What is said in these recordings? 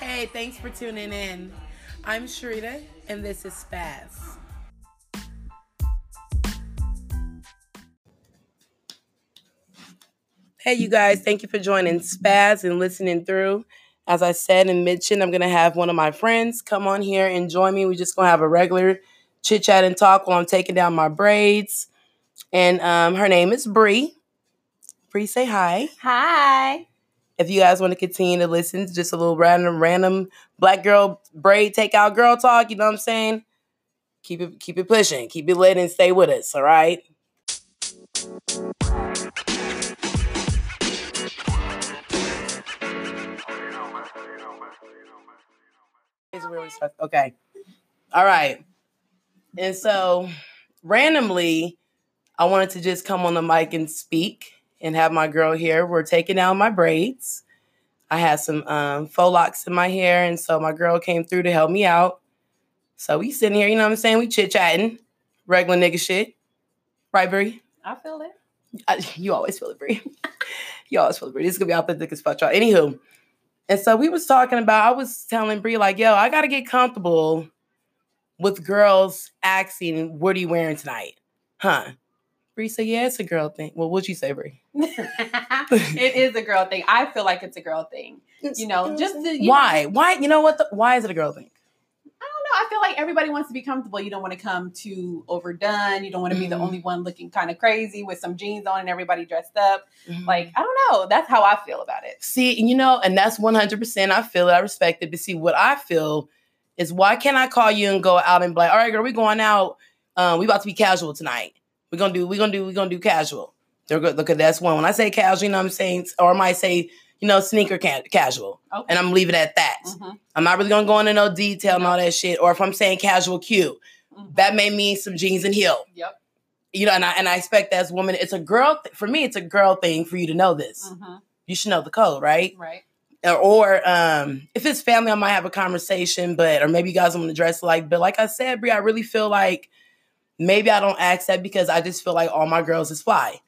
Hey, thanks for tuning in. I'm Sharita, and this is Spaz. Hey, you guys, thank you for joining Spaz and listening through. As I said and mentioned, I'm going to have one of my friends come on here and join me. We're just going to have a regular chit chat and talk while I'm taking down my braids. And um, her name is Bree. Bree, say hi. Hi. If you guys want to continue to listen to just a little random, random black girl braid takeout girl talk, you know what I'm saying? Keep it, keep it pushing, keep it lit, and stay with us. All right. Is where we start- Okay. All right. And so, randomly, I wanted to just come on the mic and speak and have my girl here. We're taking down my braids. I had some um, faux locks in my hair, and so my girl came through to help me out. So we sitting here, you know what I'm saying? We chit chatting, regular nigga shit, right, Bree? I feel it. I, you always feel it, Bree. you always feel it, Bree. This is gonna be authentic as fuck, y'all. Anywho, and so we was talking about. I was telling Bree like, yo, I gotta get comfortable with girls asking, "What are you wearing tonight?" Huh? Bree said, "Yeah, it's a girl thing." Well, what'd you say, Bree? it is a girl thing. I feel like it's a girl thing. You know, just to, you why? Why? You know what? The, why is it a girl thing? I don't know. I feel like everybody wants to be comfortable. You don't want to come too overdone. You don't want to be the Mhm. only one looking kind of crazy with some jeans on and everybody dressed up. Like, I don't know. That's how I feel about it. see, you know, and that's one hundred percent. I feel it. I respect it. But see, what I feel is, why can't I call you and go out and be like, "All right, girl, we going out. Um, we about to be casual tonight. We're gonna do. We're gonna do. We're gonna do casual." They're good. Look at that's one. When I say casual, you know what I'm saying, or I might say, you know, sneaker ca- casual, Okay. and I'm leaving it at that. Mhm, I'm not really gonna go into no detail and all that shit. Or if I'm saying casual, cute, mhm. that may mean some jeans and heel. Yep. you know, and I and I expect as women, it's a girl th- for me. It's a girl thing for you to know this. Mhm, You should know the code, right? Right. Or, or um, if it's family, I might have a conversation, but or maybe you guys want to dress like. But like I said, Brie, I really feel like maybe I don't ask that because I just feel like all my girls is fly,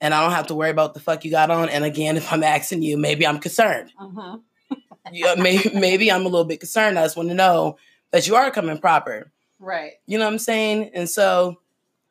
and I don't have to worry about the fuck you got on. And again, if I'm asking you, maybe I'm concerned. Mhm. yeah, maybe maybe I'm a little bit concerned. I just want to know that you are coming proper. Right. You know what I'm saying? And so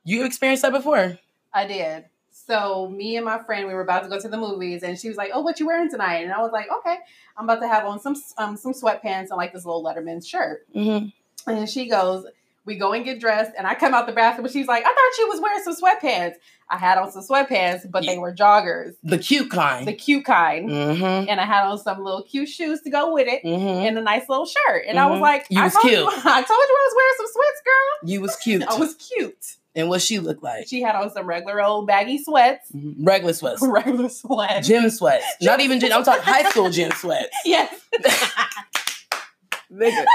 you experienced that before. I did. So me and my friend, we were about to go to the movies, and she was like, "Oh, what you wearing tonight?" And I was like, "Okay, I'm about to have on some um, some sweatpants and like this little Letterman shirt." Mm-hmm. And then she goes, We go and get dressed. And I come out the bathroom. and She's like, I thought you was wearing some sweatpants. I had on some sweatpants, but they were joggers, The cute kind. the cute kind. Mm-hmm. And I had on some little cute shoes to go with it Mm-hmm. and a nice little shirt. And I was Mhm. like, You I was told cute. You, I told you I was wearing some sweats, girl. You was cute. I was cute. and what she looked like? She had on some regular old baggy sweats. Mhm. Regular sweats, Regular sweats. gym sweats. Not even gym. I'm talking high school gym sweats. Yes. Nigga.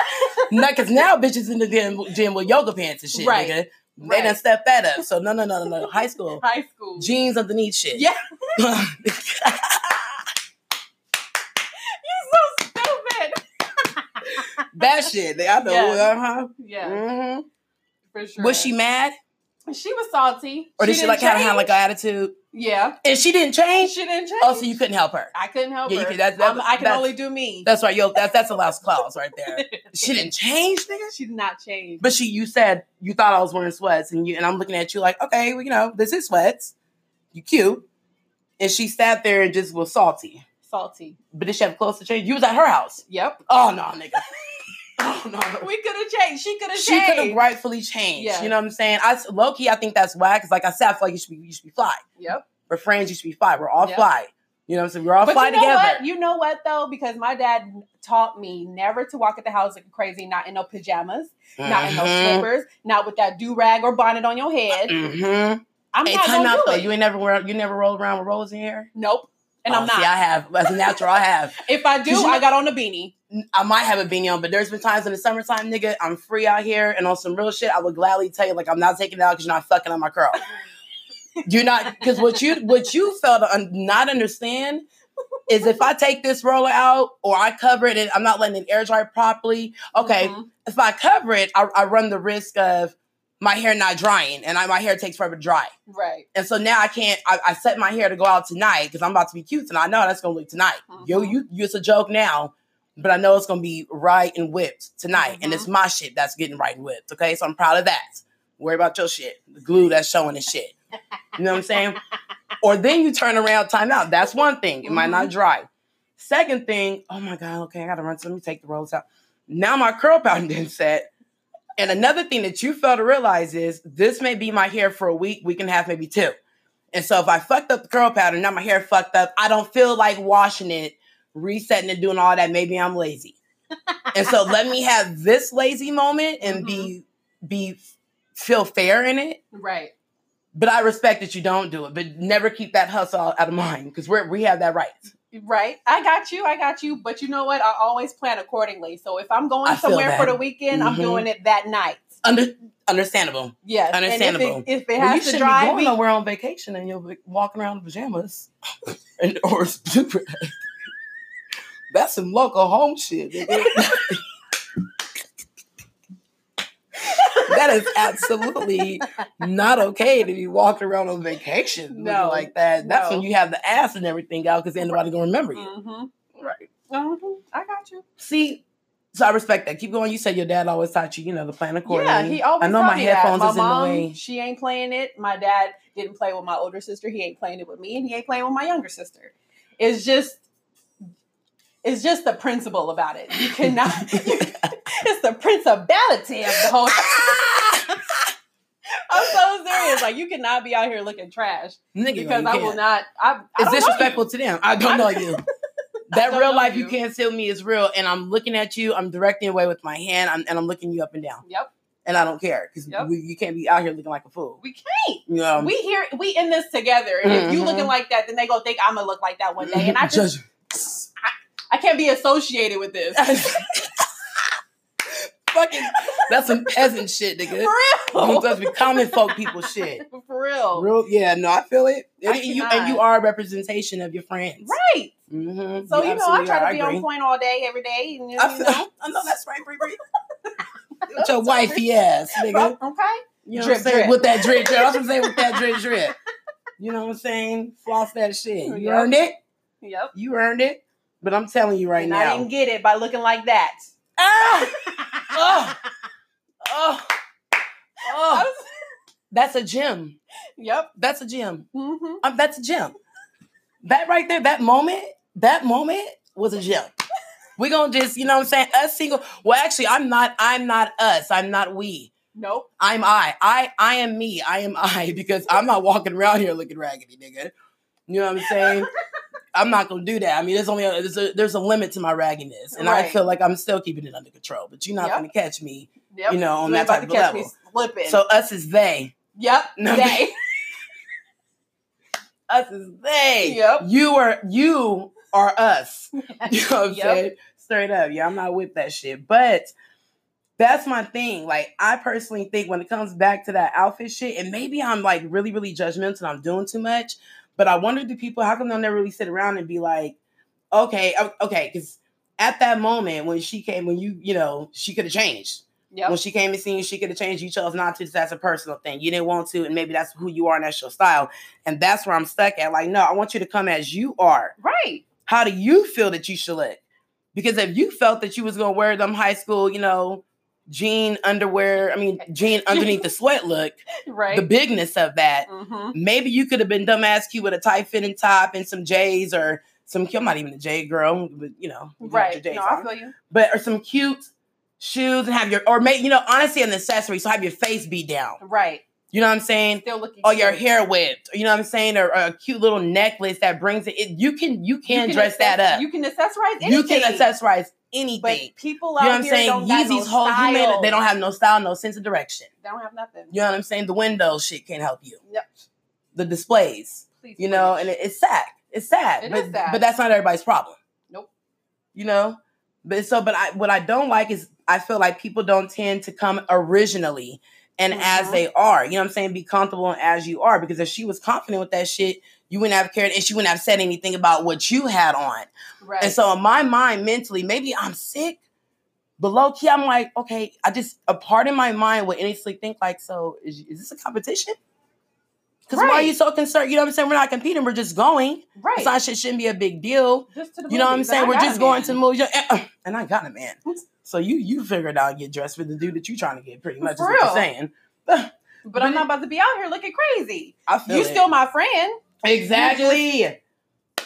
Not because now bitches in the gym, gym with yoga pants and shit, Right. nigga. They Right. done step that up. So no, no, no, no, no. High school High school. jeans underneath shit. Yeah. Yeah. You're so stupid. that shit. I know. Yeah. Uh-huh. Yeah, hmm for sure. Was she mad, She was salty. or did she, didn't like kind of have change. like an attitude? Yeah. And she didn't change. She didn't change. Oh, so you couldn't help her. I couldn't help Yeah, you her. could- that's- that's- I'm- I can that's- only do me. That's right. Yo, that's that's a last clause right there. She didn't change, nigga. She did not change. But she, you said you thought I was wearing sweats, and you and I'm looking at you like, okay, well, you know, this is sweats. You cute, and she sat there and just was salty. Salty. But did she have clothes to change? You was at her house. Yep. Oh no, nigga. oh no. We could have changed. She could have She could have changed. rightfully changed. Yeah. You know what I'm saying? I low key, I think that's why. Because like I said, I feel like you should be, you should be fly. Yep. We're friends. You should be fly. We're all Yep. fly. You know what I'm saying? We're all But fly you know together. what? You know what though? Because my dad taught me never to walk at the house like crazy, not in no pajamas, not in no Mhm. slippers, not with that do rag or bonnet on your head. Mhm. I'm Hey, not time gonna out do though. it. You ain't never wear, you never roll around with rollers in your hair. nope. And Oh, I'm not. See, I have as a natural. I have. if I do, Did you I know- got on a beanie. I might have a beanie on, but there's been times in the summertime, nigga, I'm free out here and on some real shit. I would gladly tell you, like, I'm not taking it out because you're not fucking on my curl. you're not because what you what you felt to un- not understand is if I take this roller out or I cover it and I'm not letting it air dry properly. Okay, Mhm. if I cover it, I, I run the risk of my hair not drying and I, my hair takes forever to dry. Right. And so now I can't. I, I set my hair to go out tonight because I'm about to be cute, and I know that's gonna look tonight. Yo, Mhm. you, you, it's a joke now. but I know it's gonna be right and whipped tonight, and Mhm. it's my shit that's getting right and whipped. Okay, so I'm proud of that. Worry about your shit, the glue that's showing and shit. You know what I'm saying? or then you turn around, time out. That's one thing. It might not dry. Second thing, oh my god, okay, I gotta run. So let me take the rolls out. Now my curl pattern didn't set. And another thing that you fail to realize is this may be my hair for a week, week and a half, maybe two. And so if I fucked up the curl pattern, now my hair fucked up. I don't feel like washing it, resetting it, doing all that. Maybe I'm lazy. and so let me have this lazy moment and be be feel fair in it. Right. But I respect that you don't do it. But never keep that hustle out of mind because we we have that right. Right. I got you. I got you. But you know what? I always plan accordingly. So if I'm going I feel somewhere that. for the weekend, I'm Mhm. doing it that night. Under understandable. Yes. Understandable. And if it, if it Well, you has shouldn't to be drive going me, nowhere on vacation and you'll be walking around in pajamas and or stupid. That's some local home shit. nigga. that is absolutely not okay to be walking around on vacation looking No, like that. That's no. when you have the ass and everything out because ain't nobody gonna remember you. Mhm. Right. Mhm. I got you. See, so I respect that. Keep going. You said your dad always taught you, you know, the plan accordingly. Yeah, he always. I know tell my me headphones that. is my mom, in the way. She ain't playing it. My dad didn't play with my older sister. He ain't playing it with me, and he ain't playing with my younger sister. It's just, it's just the principle about it. You cannot. it's the principality of the whole. I'm so serious. Like you cannot be out here looking trash Nigga, because you I can't. will not. I, I It's don't know you. disrespectful to them. I don't know you. That don't real know life you. you. can't see me is real, and I'm looking at you. I'm directing away with my hand, I'm, and I'm looking you up and down, Yep, and I don't care because Yep. you can't be out here looking like a fool. we can't. You know, um, we here. We in this together. And if you Mhm. looking like that, then they gonna think I'm gonna look like that one day. And I just, judge you. I can't be associated with this. fucking. That's some peasant shit, nigga. For Don't real. touch me. Common folk people shit. For real. Real, yeah, no, I feel it. Oh. I And you, and cannot. you are a representation of your friends. Right. Mm-hmm. So, you know, I try to be on point all day, every day. And, you I, know, feel, I know that's right, Bree Bree. With your wifey ass, nigga. okay. You know what Drip, I'm saying? drip. With that drip drip. I was gonna say with that drip drip. You know what I'm saying? Floss that shit. You Yep. earned it. Yep. You earned it. But I'm telling you right and I now. didn't get it by looking like that. Ah! Oh! Oh! I Oh! was- That's a gem. yep. That's a gem. hmm Um, that's a gem. That right there, that moment, that moment was a gem. We're gonna just, you know what I'm saying? Us single. Well, actually, I'm not, I'm not us. I'm not we. Nope. I'm I. I I am me. I am I because I'm not walking around here looking raggedy, nigga. You know what I'm saying? I'm not gonna do that. I mean, there's only a, there's a there's a limit to my raggedness, and I Right. feel like I'm still keeping it under control. But you're not Yep. gonna catch me, Yep. you know, on You that ain't about type to of catch level. me slipping. So us is they. yep. No. Day. Us is they. Yep. You are you are us. You know what I'm Yep. saying? Straight up. Yeah, I'm not with that shit. But that's my thing. Like, I personally think when it comes back to that outfit shit, and maybe I'm like really, really judgmental and I'm doing too much, but I wonder do people, how come they'll never really sit around and be like, okay, o- okay, because at that moment when she came, when you, you know, she could have changed. When Yep. she came and seen you, she could have changed. You chose not to. That's a personal thing. You didn't want to, and maybe that's who you are and that's your style. And that's where I'm stuck at. Like, no, I want you to come as you are Right. how do you feel that you should look? Because if you felt that you was gonna wear them high school, you know, jean underwear, I mean jean underneath the sweat look, Right. the bigness of that, hmm maybe you could have been dumbass cute with a tight fitting top and some J's or some I'm not even a J girl, but you know, you got your Right. J's No, on I feel you. but or some cute shoes and have your or make you know, honestly an accessory, so have your face be down. Right. You know what I'm saying? Still looking. or Oh, your cute. hair whipped, you know what I'm saying, or, or a cute little necklace that brings it. it you can you You can, dress that access- up. You can accessorize anything. You can accessorize anything. But people out you know what I'm here saying? don't got no Yeezys hold you made it, style. they don't have no style, no sense of direction. They don't have nothing. You know what I'm saying? The windows shit can't help you. Yep. The displays, Please. you know, preach. and it, it's sad. It's sad. It but, is sad. but that's not everybody's problem. Nope. You know? But so but I what I don't like is I feel like people don't tend to come originally and as Mhm. they are. You know what I'm saying? Be comfortable and as you are. Because if she was confident with that shit, you wouldn't have cared and she wouldn't have said anything about what you had on. right. And so in my mind, mentally, maybe I'm sick, but low key, I'm like, okay, I just a part in my mind would innocently think like, so is, is this a competition? Because why are you so concerned? You know what I'm saying? We're not competing. We're just going. Right. So shit shouldn't be a big deal. just to the You know what I'm movies, and saying? I We're got just a going man. to the movies. And- And I got a man. So you you figure it out and get dressed for the dude that you're trying to get. Pretty much is For what you're real. saying. But I'm not about to be out here looking crazy. I feel You it. still my friend. Exactly.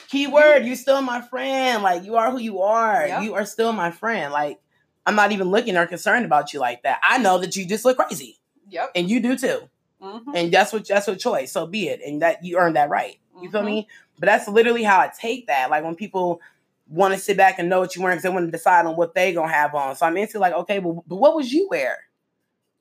Keyword, you still my friend. Like you are who you are. Yep. You are still my friend. Like I'm not even looking or concerned about you like that. I know that you just look crazy. Yep. And you do too. Mm-hmm. And that's what that's your choice. So be it. And that you earned that right. You feel Mhm. me? But that's literally how I take that. Like when people want to sit back and know what you're wearing because they want to decide on what they gonna have on. So I'm into like, okay, well, but what would you wear?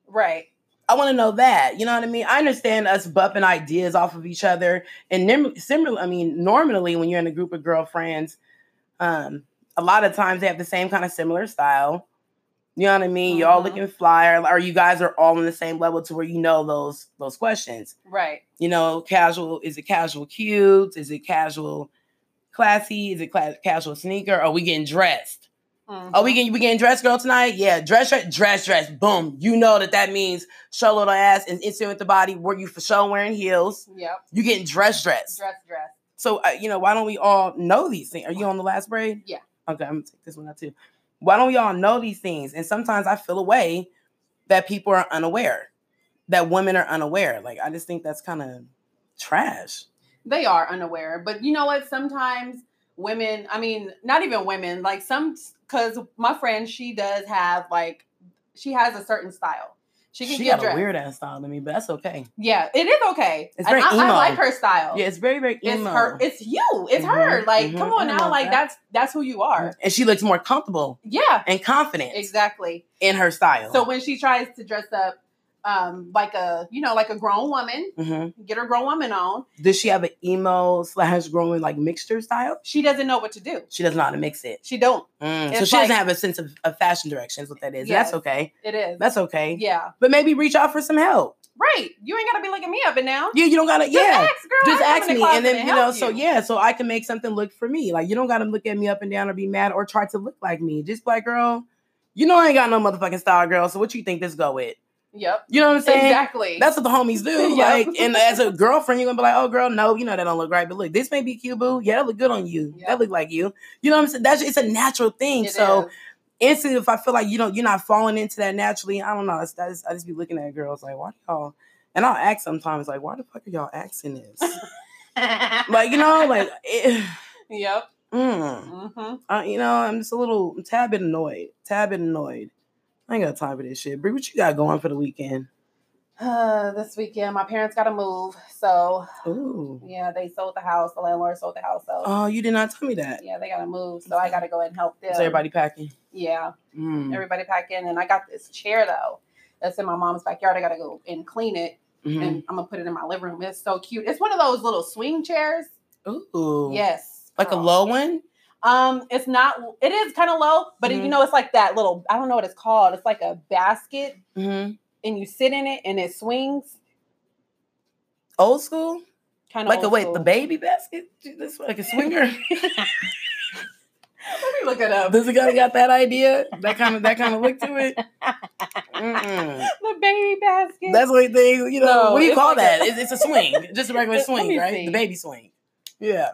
Right. I want to know that. You know what I mean? I understand us bumping ideas off of each other. And nim- similarly, I mean, normally when you're in a group of girlfriends, um, a lot of times they have the same kind of similar style. You know what I mean? you all Mhm. looking fly, or, or you guys are all on the same level to where you know those those questions. Right. You know, casual is it casual cute? Is it casual classy? Is it cla- casual sneaker? Are we getting dressed? Oh, we getting we getting dressed, girl, tonight? Yeah, dress, shirt, dress, dress. Boom. You know that that means show little ass and instant with the body. Were you for sure wearing heels? Yep. You getting dress, dress. Mm-hmm. Dress, dress. So uh, you know why don't we all know these things? Are you on the last braid? Yeah. Okay, I'm gonna take this one out too. Why don't we all know these things? And sometimes I feel a way that people are unaware, that women are unaware. Like I just think that's kind of trash. They are unaware. But you know what? Sometimes women, I mean, not even women, like some, because my friend, she does have like, she has a certain style. She can get got dressed. a weird ass style to me, but that's okay. yeah, it is okay. It's very And I, I emo. like her style. Yeah, it's very very emo. It's her. It's you. It's her. Mhm, Like, mhm. come on I now. love Like, that. Mm-hmm. that's that's who you are. and she looks more comfortable Yeah. and confident. Exactly. in her style. So when she tries to dress up um like a you know like a grown woman, Mhm. get her grown woman on, does she have an emo slash growing like mixture style? she doesn't know what to do. She doesn't know how to mix it. She don't. Mm, So It's she doesn't like- have a sense of, of fashion direction. Is what that is. Yes. That's okay. It is. That's okay. yeah. But maybe reach out for some help. Right. You ain't gotta be looking me up and down. Yeah, you don't gotta. Just yeah, ask, girl. just I come ask in me, the closet and then you know. help So you. yeah, so I can make something look for me. Like you don't gotta look at me up and down or be mad or try to look like me. Just be like, girl, you know I ain't got no motherfucking style, girl. So what you think this go with? Yep. You know what I'm saying? Exactly. That's what the homies do. Yeah. Like, and as a girlfriend, you're gonna be like, "Oh, girl, no, you know that don't look right." But look, this may be cute, boo. Yeah, that look good on you. Yeah. That look like you. You know what I'm saying? That's it's a natural thing. It so is. instantly, if I feel like you don't, you're not falling into that naturally. I don't know. That's, that's, I just be looking at girls like, "Why do y'all?" And I'll ask sometimes, like, "Why the fuck are y'all asking this?" like, you know, like, it, Yep. mm, Mm-hmm. uh, you know, I'm just a little tad bit annoyed. Tad bit annoyed. I ain't got time for this shit. Brie, what you got going for the weekend? Uh, this weekend, my parents got to move, so Ooh. yeah, they sold the house. The landlord sold the house, so Oh, you did not tell me that. yeah, they got to move. So I got to go and help them. Is everybody packing? Yeah, Mm. everybody pack in, and I got this chair though that's in my mom's backyard. I got to go and clean it, Mhm. and I'm gonna put it in my living room. It's so cute. It's one of those little swing chairs. Ooh. Yes, Like a girl. low one? Um, it's not. It is kind of low, but it- Mhm. you know, it's like that little. I don't know what it's called. It's like a basket, Mm-hmm. and you sit in it, and it swings. Old school? Kind of Like a wait, the baby basket? This like a swinger. Let me look it up. Does it got got that idea? That kind of that kind of look to it? Mm-mm. The baby basket. That's what they you know. No, what do you it's call like that? a- It's, it's a swing, just a regular Let swing, me right? see. The baby swing. Yeah.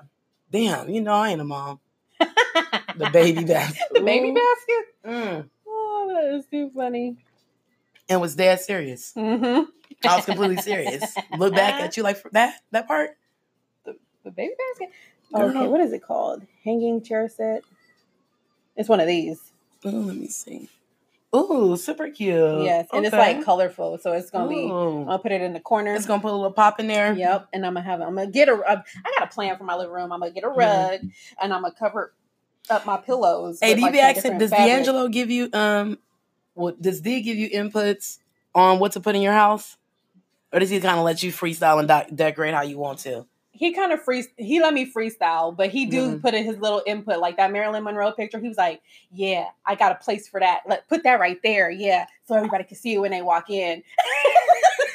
Damn, you know I ain't a mom. the baby basket. the baby Ooh. basket. Mm. Oh, that is too funny. And was dead serious. Mm-hmm. I was completely serious. Look back at you like for that that part. The baby basket. Girl. Okay, what is it called? Hanging chair set. It's one of these. Ooh, Oh, let me see. Ooh, super cute. yes, and it's Okay. like colorful, so it's gonna be. um, Ooh. I'm gonna put it in the corner. It's gonna put a little pop in there. Yep, and I'm gonna have. I'm gonna get a. I got a plan for my living room. I'm gonna Mm-hmm. get a rug, and I'm gonna cover up my pillows. Hey, with, do you like, be some asking? different Does fabric. D'Angelo give you um? What does D give you inputs on what to put in your house, or does he kind of let you freestyle and doc- decorate how you want to? He kind of free. He let me freestyle, but he do Mhm. put in his little input, like that Marilyn Monroe picture. He was like, "Yeah, I got a place for that. Let put that right there. Yeah, so everybody can see it when they walk in."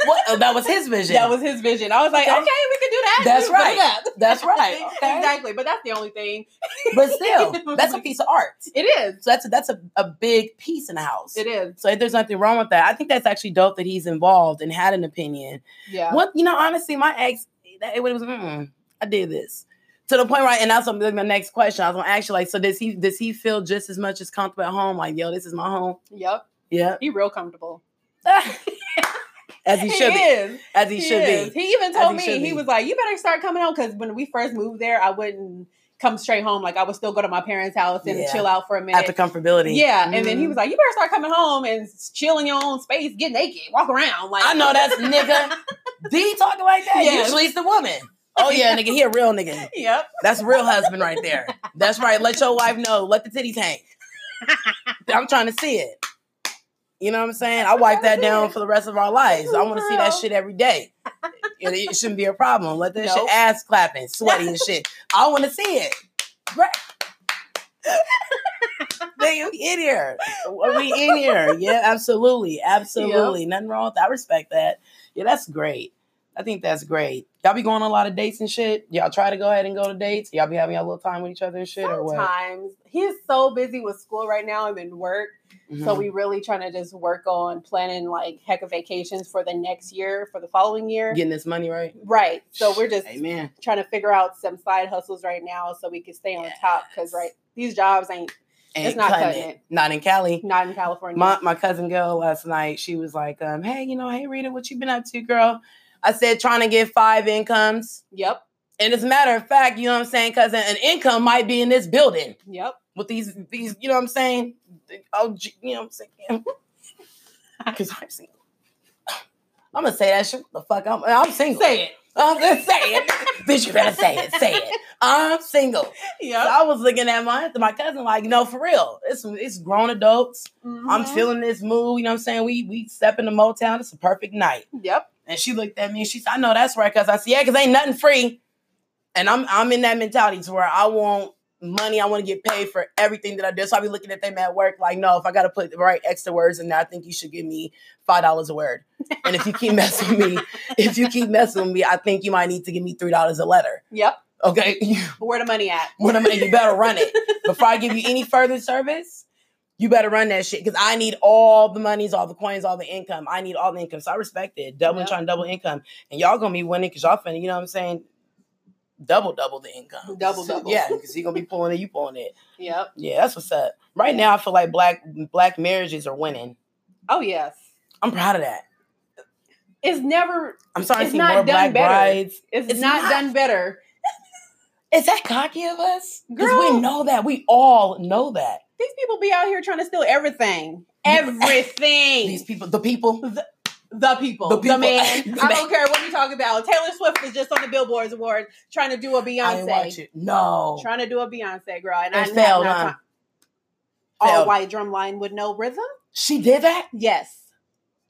What? Oh, that was his vision. That was his vision. I was like, Okay. "Okay, we can do that. That's you bring right. it up. That's right. Okay? Exactly. But that's the only thing. But still, that's a piece of art. It is. So that's a, that's a, a big piece in the house. It is. So there's nothing wrong with that. I think that's actually dope that he's involved and had an opinion. Yeah. What you know, honestly, my ex, that, it was, mm, I did this to the point right, and that's gonna be my next question. I was gonna ask you like, so does he does he feel just as much as comfortable at home? Like, yo, this is my home. Yep. Yeah, He real comfortable. as he should be, is. as he, should is. be. He even As told he me should he be. was like, "You better start coming home." Because when we first moved there, I wouldn't come straight home. Like I would still go to my parents' house and Yeah. chill out for a At the minute. comfortability. Yeah, and then he Mhm. was like, "You better start coming home and chill in your own space, get naked, walk around." Like I know that's nigga. D talking like that. Yes. Usually it's the woman. Oh yeah, nigga, he a real nigga. Yep. That's real husband right there. That's right. Let your wife know. Let the titties hang. I'm trying to see it. You know what I'm saying? I wipe that down for the rest of our lives. I want to see that shit every day. It, it shouldn't be a problem. Let that Nope. shit ass clapping, sweaty and shit. I want to see it. Right. They we in here. Are we in here? Yeah, absolutely. Absolutely. Nothing wrong with that. I respect that. Yeah, that's great. I think that's great. Y'all be going on a lot of dates and shit. Y'all try to go ahead and go to dates. Y'all be having y'all little time with each other and shit or what? Sometimes he's so busy with school right now and in work, so Mhm. we really trying to just work on planning like heck of vacations for the next year, for the following year. getting this money right. Right. So we're just Amen. trying to figure out some side hustles right now so we can stay on top because right these jobs ain't And It's not cutting it. Not in Cali. not in California. My my cousin girl last night, she was like, um, hey, you know, hey Rita, what you been up to, girl? I said trying to get five incomes. yep, And as a matter of fact, you know what I'm saying, cousin, an income might be in this building yep. with these these, you know what I'm saying? Oh, gee, you know what I'm saying? Because I'm single. I'm gonna say that shit. The fuck, I'm I'm single. Say it. I'm just saying, bitch. You better say it. Say it. I'm single. So Yep. I was looking at my my cousin like, no, for real. It's it's grown adults. I'm Mhm. feeling this mood. You know what I'm saying? We we step into Motown. It's a perfect night. Yep. And she looked at me and she said, I know that's right, cause I said, yeah, cause ain't nothing free. And I'm I'm in that mentality to where I want money, I want to get paid for everything that I do. So I be looking at them at work like, no, if I gotta put the right extra words in there, I think you should give me five dollars a word. And if you keep messing with me, if you keep messing with me, I think you might need to give me three dollars a letter. Yep. Okay. Where the money at? when I'm you better run it. Before I give you any further service, you better run that shit. Cause I need all the monies, all the coins, all the income. I need all the income. So I respect it. Doubling Yep. trying to double income. And y'all gonna be winning because y'all finna, you know what I'm saying? Double double the income. Double, double. Yeah, because you gonna be pulling it, you pulling it. Yep. Yeah, that's what's up. Right now I feel like black black marriages are winning. Oh yes. I'm proud of that. It's never. I'm sorry to It's see not more black done better. brides. It's, It's not, not. done better. Is that cocky of us? Because Girl. we know that. We all know that. These people be out here trying to steal everything. Yeah. Everything. These people, the people. the people, The the, people. man. The I man. don't care what you talk about. Taylor Swift is just on the Billboard Awards trying to do a I didn't watch Beyonce, it. No. trying to do a Beyonce girl, and I And have failed, not huh? time- all Failed. white drumline with no rhythm. She did that. Yes,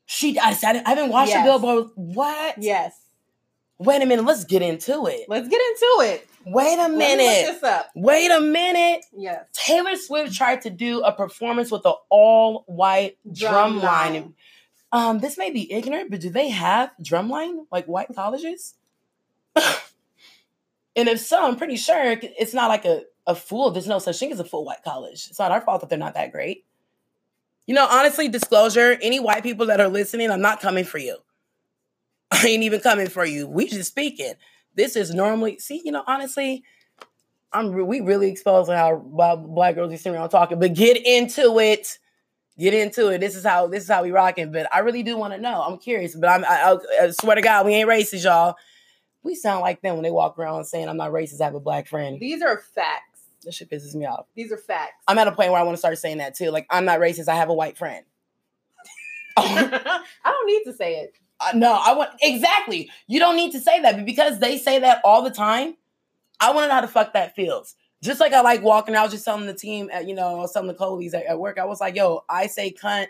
She. I said. I haven't watched Yes. the billboard. What? yes. Wait a minute. Let's get into it. Let's get into it. Wait a Let me look minute. this up. Wait a minute. Yes, Taylor Swift tried to do a performance with an all-white drum line. Um, this may be ignorant, but do they have drumline like white colleges? and if so, I'm pretty sure it's not like a, a fool. There's no such thing as a full white college. It's not our fault that they're not that great. You know, honestly, disclosure, any white people that are listening, I'm not coming for you. I ain't even coming for you. We just speaking. This is normally, see, you know, honestly, I'm re- we really exposing how why black girls be sitting around talking, but get into it get into it. This is how this is how we rocking. But I really do want to know. I'm curious, but I'm, I, I, I swear to God, we ain't racist, y'all. We sound like them when they walk around saying I'm not racist. I have a black friend. These are facts. That shit pisses me off. These are facts. I'm at a point where I want to start saying that too. Like I'm not racist. I have a white friend. Oh, I don't need to say it. I- no, I want exactly. You don't need to say that, but because they say that all the time, I want to know how the fuck that feels. Just like I like walking, I was just telling the team at you know, I was telling the colleagues at, at work, I was like, yo, I say cunt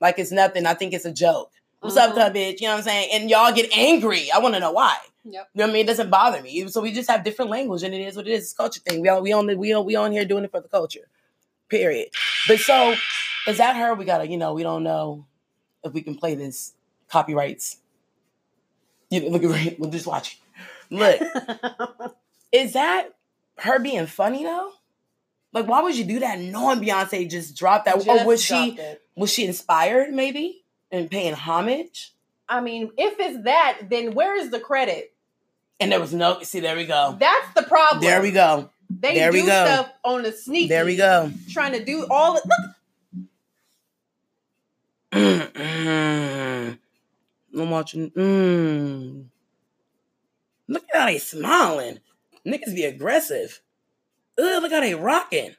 like it's nothing. I think it's a joke. What's Mhm. up, cunt bitch? You know what I'm saying? And y'all get angry. I want to know why. Yep. You know what I mean? It doesn't bother me. So we just have different language, and it is what it is. It's a culture thing. We all we on the we on we on here doing it for the culture. Period. But so is that her? We gotta, you know, we don't know if we can play this copyrights. You know, look at we'll just watch it. Look, Mm-hmm. is that her being funny though? Like, why would you do that knowing Beyonce just dropped that? or Just was she dropped it. was she inspired maybe and paying homage? I mean, if it's that, then where is the credit? And there was no see. There we go. That's the problem. Oh. There we go. They there do we go. stuff on the sneaky. There we go. Trying to do all. The, look, Mm-mm. I'm watching. Mm. Look at how they smiling. Niggas be aggressive. Ugh, look how they rocking.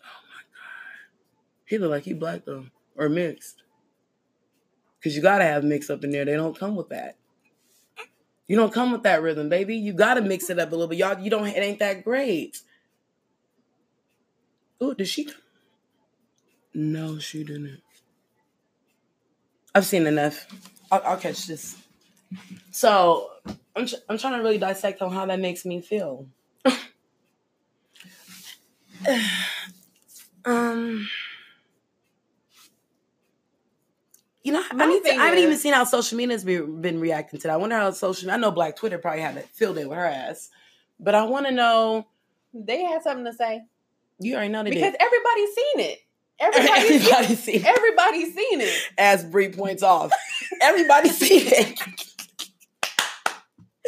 Oh my god. He look like he black though. Or mixed. Cause you gotta have mix up in there. They don't come with that. You don't come with that rhythm, baby. You gotta mix it up a little bit. Y'all, you don't it ain't that great. Oh, did she? No, she didn't. I've seen enough. I'll, I'll catch this. So I'm tr- I'm trying to really dissect on how that makes me feel. um. You know, My I, need to, thing I haven't is- even seen how social media's been, been reacting to that. I wonder how social. I know Black Twitter probably had a field day with her ass, but I want to know. they had something to say You already know they did. because everybody's seen it. Everybody's Everybody seen it. seen, everybody's seen it. As Bree points off. Everybody seen it.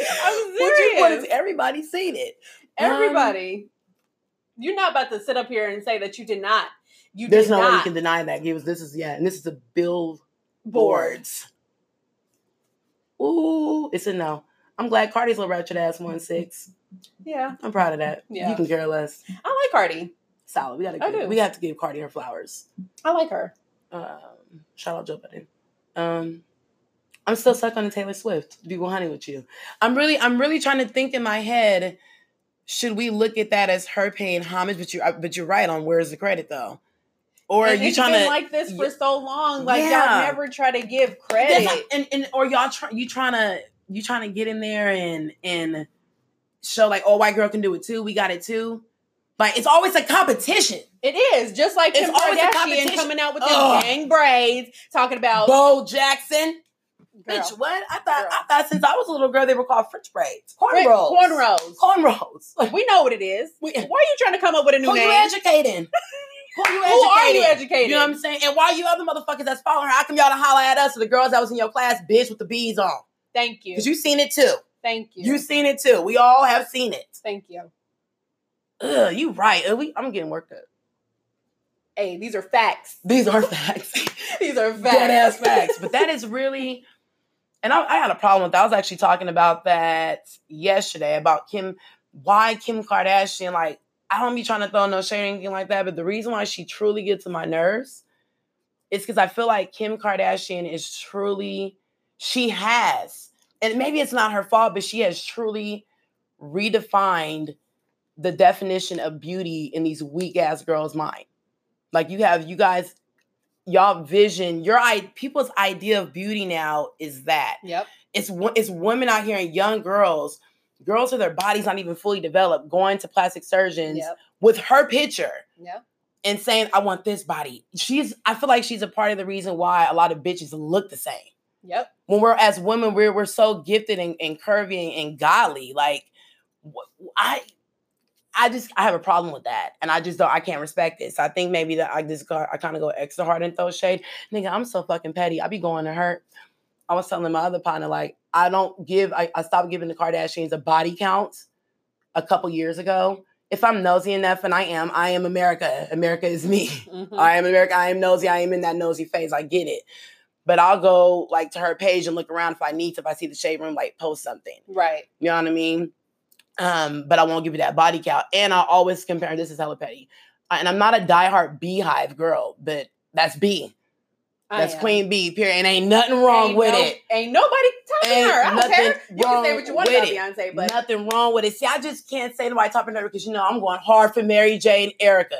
I'm What you serious. want is everybody seen it. Um, Everybody. You're not about to sit up here and say that you did not. You There's did no way you not can deny that. It was this is yeah, and this is the billboards. board. Ooh, it's a no. I'm glad Cardi's little ratchet ass one six. Yeah, I'm proud of that. Yeah. You can care less. I like Cardi. Solid. We gotta I give, do. we have to give Cardi her flowers. I like her. Um, shout out Joe Budden. Um, I'm still stuck on the Taylor Swift. Be honey with you. I'm really, I'm really trying to think in my head. Should we look at that as her paying homage? But you, but you're right on where's the credit though, or And are you it's trying been to like this for so long? Like Yeah. y'all never try to give That's credit. not- and and or y'all try, you trying to you trying to get in there and and show like oh white girl can do it too. We got it too. Like it's always a competition. it is just like It's Kim always a Kardashian competition. coming out with them Ugh. gang braids, talking about Bo Jackson, Oh. girl, bitch, what? I thought Girl. I thought since I was a little girl they were called French braids, Brit- cornrows, cornrows. cornrows. Like, We know what it is. we- Why are you trying to come up with a new who name? you educating? Who you Who are you educating? educating? You know what I'm saying? And why you other motherfuckers that's following her? How come y'all to holler at us or the girls that was in your class, bitch, with the beads on? Thank you. Because you seen it too. Thank you. You seen it too. We all have seen it. Thank you. Ugh, you right. Ugh, we, I'm getting worked up. Hey, these are facts. These are facts. These are facts. Dead ass facts. But that is really, and I, I had a problem with that. I was actually talking about that yesterday about Kim, why Kim Kardashian, like, I don't be trying to throw no shade or anything like that, but the reason why she truly gets to my nerves is because I feel like Kim Kardashian is truly, she has, and maybe it's not her fault, but she has truly redefined the definition of beauty in these weak ass girls' mind. Like you have you guys, y'all vision, your i people's idea of beauty now is that Yep. it's wo- it's women out here and young girls, girls with their bodies not even fully developed, going to plastic surgeons Yep. with her picture Yep. and saying, "I want this body." She's I feel like she's a part of the reason why a lot of bitches look the same Yep. when we're as women, we're we're so gifted and, and curvy and, and godly. Like wh- I, I just I have a problem with that, and I just don't. I can't respect it. So I think maybe that I just go, I kind of go extra hard and throw shade. Nigga, I'm so fucking petty. I be going to hurt. I was telling my other partner like I don't give. I, I stopped giving the Kardashians a body count a couple years ago. If I'm nosy enough, and I am, I am America. America is me. Mhm. I am America. I am nosy. I am in that nosy phase. I get it. But I'll go like to her page and look around if I need to. If I see the shade room, like post something. Right. You know what I mean? Um, but I won't give you that body count. And I always compare. This is hella petty. I- And I'm not a diehard Beehive girl, but that's B. I That's am. Queen B. Period. And ain't nothing wrong Ain't with no- it. Ain't nobody topping Ain't her. I don't nothing care. You can say wrong what you want with about it. Beyonce, but Nothing wrong with it. See, I just can't say nobody topping her because you know I'm going hard for Mary J and Erica.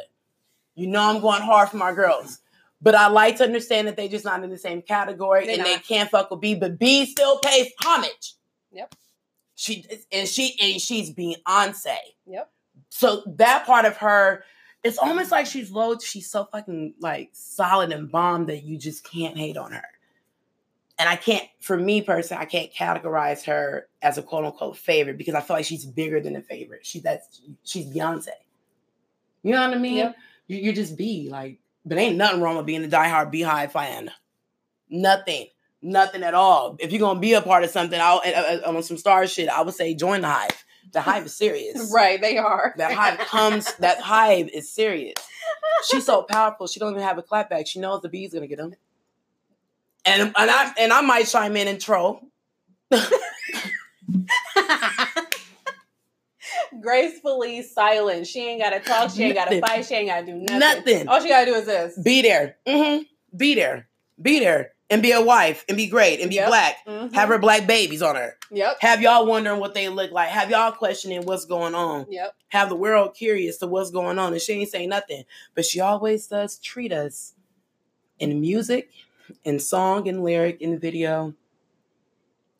You know I'm going hard for my girls. But I like to understand that they just not in the same category They and they not. can't fuck with B, but B still pays homage. Yep. She and she and she's Beyonce. Yep. So that part of her, it's almost like she's low. She's so fucking like solid and bomb that you just can't hate on her. and I can't, for me personally, I can't categorize her as a quote unquote favorite because I feel like she's bigger than a favorite. She that's she's Beyonce. You know what I mean? Yep. You, you're just B. Like, but ain't nothing wrong with being a diehard Beehive fan. Nothing, nothing at all. If you're gonna be a part of something, I'll uh, uh, on some star shit, I would say join the hive. The hive is serious. Right, they are. That hive comes. That hive is serious. She's so powerful. She don't even have a clapback. She knows the bee's gonna get them. And and I and I might chime in and troll. Gracefully silent. She ain't gotta talk. She ain't gotta Nothing. fight. She ain't gotta do nothing. Oh. Nothing. All she gotta do is this. Be there. hmm Be there. Be there. And be a wife. And be great. And be Yep. black. Mhm. Have her black babies on her. Yep. Have y'all wondering what they look like. Have y'all questioning what's going on. Yep. Have the world curious to what's going on. And she ain't saying nothing. But she always does treat us in music, in song, in lyric, in video.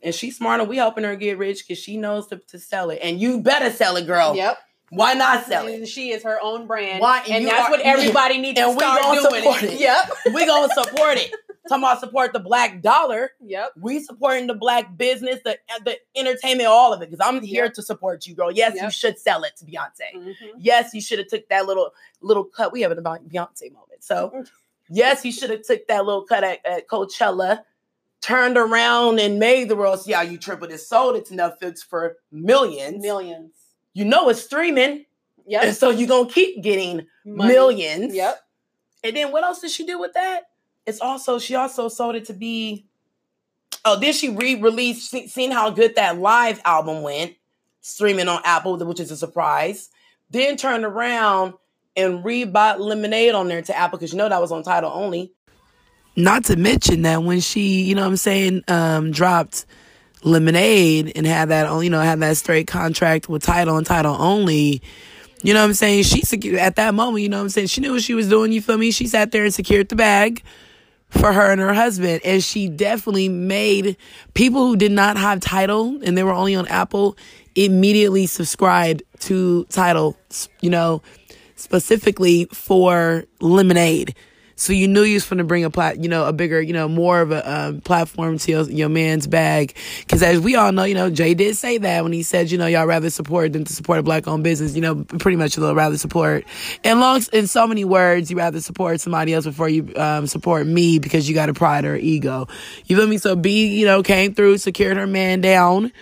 And she's smart and we helping her get rich because she knows to, to sell it. And you better sell it, girl. Yep. Why not sell it? And she is her own brand. Why- and you that's are- what everybody needs to and we start gonna doing. support it. Yep. we gonna support it. Talking about support the black dollar. Yep. We supporting the black business, the the entertainment, all of it. Because I'm here Yep. to support you, girl. Yes, you Yep. Mm-hmm. should sell it to Beyonce. Yes, you should have took that little little cut. We have an about Beyonce moment. Mm-hmm. So yes, you should have took that little cut at, at Coachella, turned around and made the world see how you tripled it, sold it to Netflix for millions. Millions. You know it's streaming, and Yep. so you're gonna keep getting Money. millions. Yep. And then what else did she do with that? It's also she also sold it to be. Oh, then she re-released, see- seen how good that live album went, streaming on Apple, which is a surprise. Then turned around and rebought Lemonade on there to Apple because you know that was on title only. Not to mention that when she, you know, what I'm saying, um, dropped Lemonade and had that, on- you know, had that straight contract with title and title only. You know what I'm saying? She secu- at that moment, you know what I'm saying? She knew what she was doing, you feel me? She sat there and secured the bag for her and her husband. And she definitely made people who did not have title and they were only on Apple immediately subscribed to title, s- you know, specifically for lemonade. So you knew you was going to bring a plat, you know, a bigger, you know, more of a um, platform to your, your man's bag. Because as we all know, you know, Jay did say that when he said, you know, y'all rather support than to support a black-owned business. You know, pretty much they'll rather support. In long, in so many words, you rather support somebody else before you um, support me because you got a pride or ego. You feel me? So B, you know, came through, secured her man down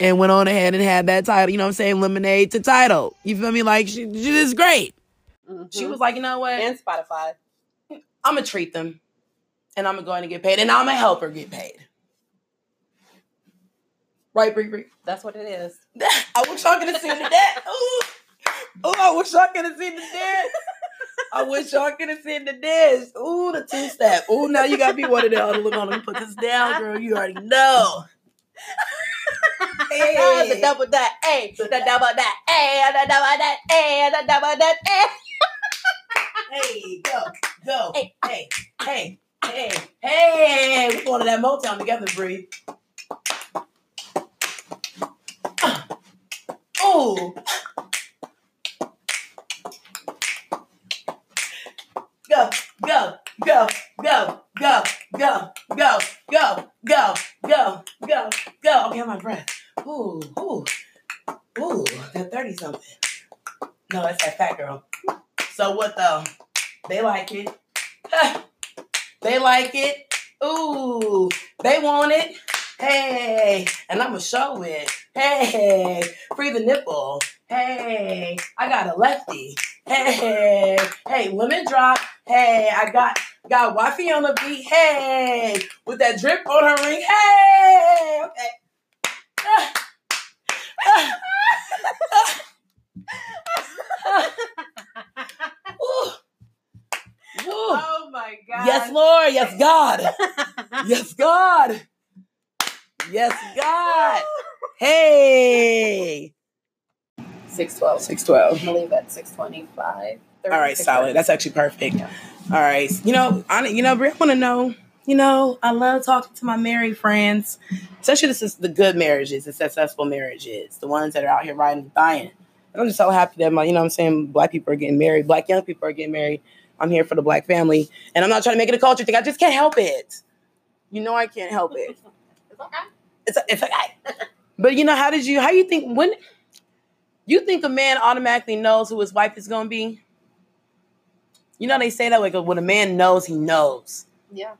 and went on ahead and had that title. You know what I'm saying? Lemonade to title. You feel me? Like she, she is great. She was like, you know what? Mm-hmm. and Spotify. I'm gonna treat them, and I'm gonna go in and get paid, and I'm gonna help her get paid. Right, Bree Bree. That's what it is. I wish y'all could have seen the dance. Ooh. Ooh, I wish y'all could have seen the dance. I wish y'all could have seen the dance. Ooh, the two step. Ooh, now you gotta be one of the other. Hold on, let me put this down, girl. You already know. Ah, the Hey. double that A, the double that A, the double that A, the double that A. Hey, go, go. Hey. hey, hey, hey, hey. We're going to that Motown together, Bree. Ooh. Go, go, go, go, go, go, go, go, go, go, go, go. Okay, my breath. Ooh, ooh, ooh, that 30 something. No, that's that fat girl. So what though? They like it. they like it. Ooh, they want it. Hey, and I'ma show it. Hey, free the nipple. Hey, I got a lefty. Hey, hey, women drop. Hey, I got got wifey on the beat. Hey, with that drip on her ring. Hey, okay. Ooh. Ooh. Oh my God. Yes, Lord. Yes, God. yes, God. Yes, God. Hey. 612. 612. I believe that's 625. All right, solid. That's actually perfect. All right. You know, I, you know, Bri, I want to know, you know, I love talking to my married friends, especially this is the good marriages, the successful marriages, the ones that are out here riding and dying. And I'm just so happy that my, you know what I'm saying, black people are getting married, black young people are getting married. I'm here for the black family. And I'm not trying to make it a culture thing. I just can't help it. You know I can't help it. It's okay. It's it's okay. But you know how did you? How you think when? You think a man automatically knows who his wife is gonna be? You know they say that like when a man knows, he knows. Yeah,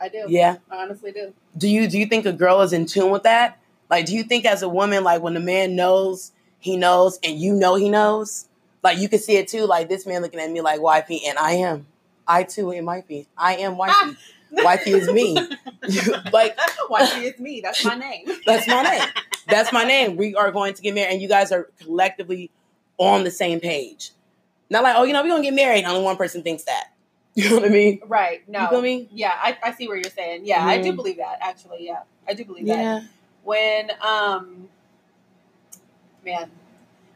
I do. Yeah. I honestly do. Do you do you think a girl is in tune with that? Like, do you think as a woman, like when a man knows, he knows, and you know he knows? Like you can see it too. Like this man looking at me like wifey, and I am. I too it might be. I am wifey. wifey is me. like Wifey is me. That's my name. that's my name. That's my name. We are going to get married, and you guys are collectively on the same page. Not like, oh, you know, we're gonna get married. Only one person thinks that. You know what I mean? Right. No. You feel me? Yeah, I, I see where you're saying. Yeah, I do Mhm. believe that. Actually, yeah, I do believe that. When um, man,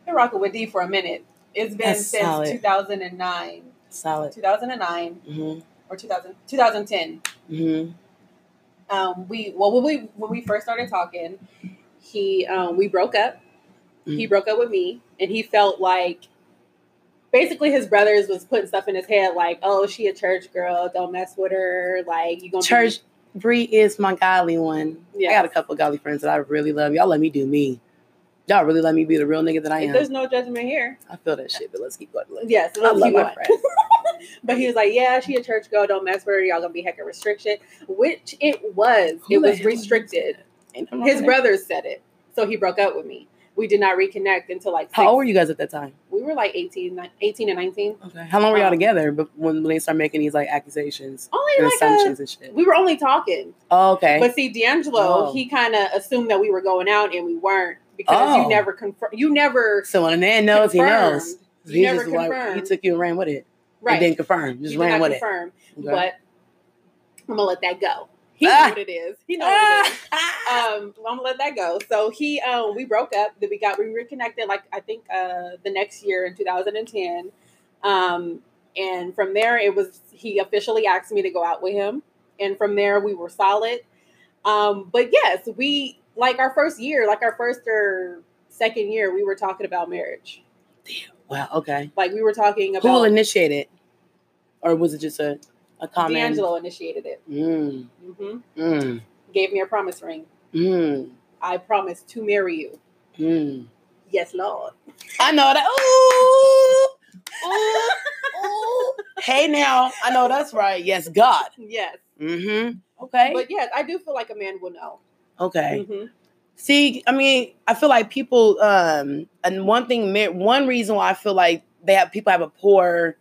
been rocking with D for a minute. It's been That's since solid. 2009, Solid. 2009 hmm or 2000, 2010. hmm Um, we well when we when we first started talking, he um, we broke up. He Mm. broke up with me, and he felt like basically his brothers was putting stuff in his head like, "Oh, she a church girl. Don't mess with her. Like you gonna be- Church Bree is my godly one. Yeah. I got a couple of godly friends that I really love. Y'all let me do me. Y'all really let me be the real nigga that I If am. There's no judgment here. I feel that shit, but let's keep going. Let's- Yes, I love my but, friends. but he was like, "Yeah, she a church girl. Don't mess with her. Y'all gonna be hecka restriction," which it was. Who the it was hell is restricted. Ain't nothing wrong His with that. brothers said it, so he broke up with me. We did not reconnect until like How six- old were you guys at that time? We were like 18, ni- 18 and nineteen. Okay. How long were y'all Um, together? But when they start making these like accusations Only and like a, assumptions and shit. we were only talking. Oh, okay. But see, D'Angelo, Oh. he kind of assumed that we were going out and we weren't because Oh. you never confirm. You never so when a man knows, he confirmed. knows. You He never just like he confirmed. took you and ran with it. right? And didn't confirm. Just you did ran not with confirm, it. Okay. but I'm gonna let that go. He Ah. knows what it is. He knows what it is. Ah! Um, I'm gonna let that go. So he, um, we broke up. Then we got we reconnected. Like I think uh, the next year in 2010, um, and from there it was he officially asked me to go out with him, and from there we were solid. Um, but yes, we like our first year, like our first or second year, we were talking about marriage. wow, okay. Like we were talking about Who initiated? Or was it just a, a comment? D'Angelo initiated it. Mm, hmm mm, Gave me a promise ring. mm, I promise to marry you. mm. Yes, Lord. I know that. Ooh, ooh, ooh. Hey now, I know that's right. Yes, God. Yes. Mm-hmm. Okay. But yes, I do feel like a man will know. okay. Mhm. See, I mean, I feel like people, um, and one thing, mar- one reason why I feel like they have people have a poor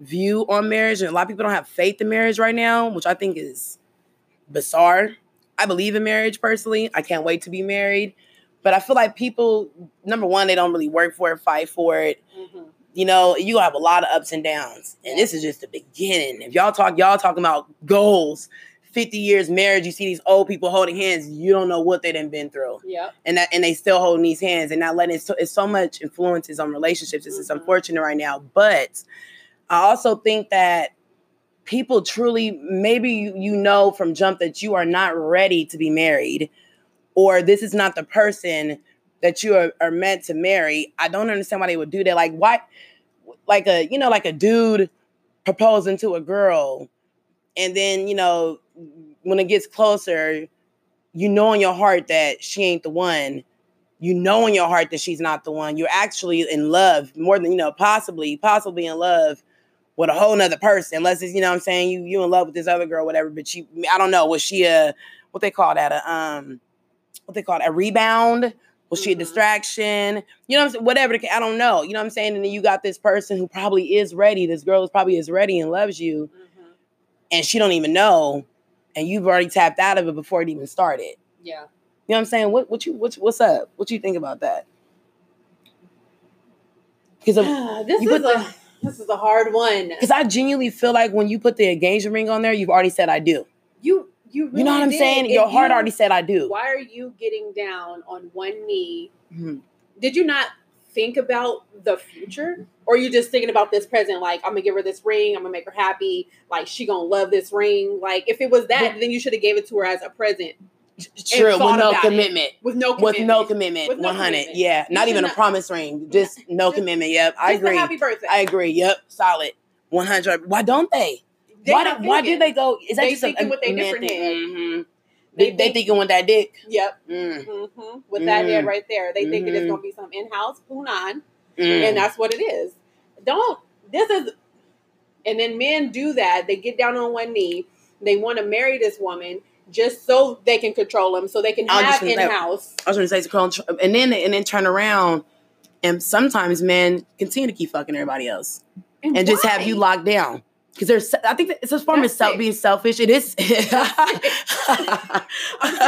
view on marriage, and a lot of people don't have faith in marriage right now, which I think is bizarre. I believe in marriage personally. I can't wait to be married, but I feel like people, number one, they don't really work for it, fight for it. Mhm. you know, you gonna have a lot of ups and downs. And this is just the beginning. If y'all talk, y'all talking about goals, 50 years marriage, you see these old people holding hands, you don't know what they done been through. Yep. And that and they still holding these hands and not letting it so, it's so much influences on relationships. It's just Mhm. unfortunate right now. But I also think that people truly maybe you, you know from jump that you are not ready to be married or this is not the person that you are, are meant to marry i don't understand why they would do that like why like a you know like a dude proposing to a girl and then you know when it gets closer you know in your heart that she ain't the one you know in your heart that she's not the one you're actually in love more than you know possibly possibly in love with a whole nother person, unless it's you know what I'm saying you you in love with this other girl, whatever. But she, I don't know, was she a what they call that a um what they call it, a rebound? Was she a Mhm. distraction? You know what I'm saying? Whatever. the ca- I don't know. You know what I'm saying? And then you got this person who probably is ready. This girl is probably is ready and loves you, Mhm. and she don't even know, and you've already tapped out of it before it even started. You Yeah. know what I'm saying? What what you what's what's up? What you think about that? Because this you is put a this is a hard one. because I genuinely feel like when you put the engagement ring on there, you've already said I do. You you really you know what I'm did. saying? If Your heart you- already said I do. Why are you getting down on one knee? Mhm. Did you not think about the future, or you just thinking about this present? Like I'm gonna give her this ring. I'm gonna make her happy. Like she gonna love this ring. Like if it was that, then you should have gave it to her as a present True, thought with no about it. commitment. with no With commitment. no commitment. With no 100. commitment. Yeah, You not should even a not- promise ring. Just no Just- commitment. Yep, I Just a agree. happy birthday. I agree. Yep, solid. 100. Why don't they? They why not do, why do thinking. they go? Is that They just a, thinking a with they man different thing? head. Mhm. They They, they, think- thinking with that dick. Yep. Mm, Mm-hmm. With that head Mm. right there, they think it's Mhm. going to be some in-house punan. mm. and that's what it is. Don't this is, and then men do that. They get down on one knee. They want to marry this woman just so they can control him, so they can I'll just have in let- house. I was going to say it's control, and then and then turn around, and sometimes men continue to keep fucking everybody else and just have you locked down. Because there's, I think that it's a form That's of self, sick. being selfish. It is. I'm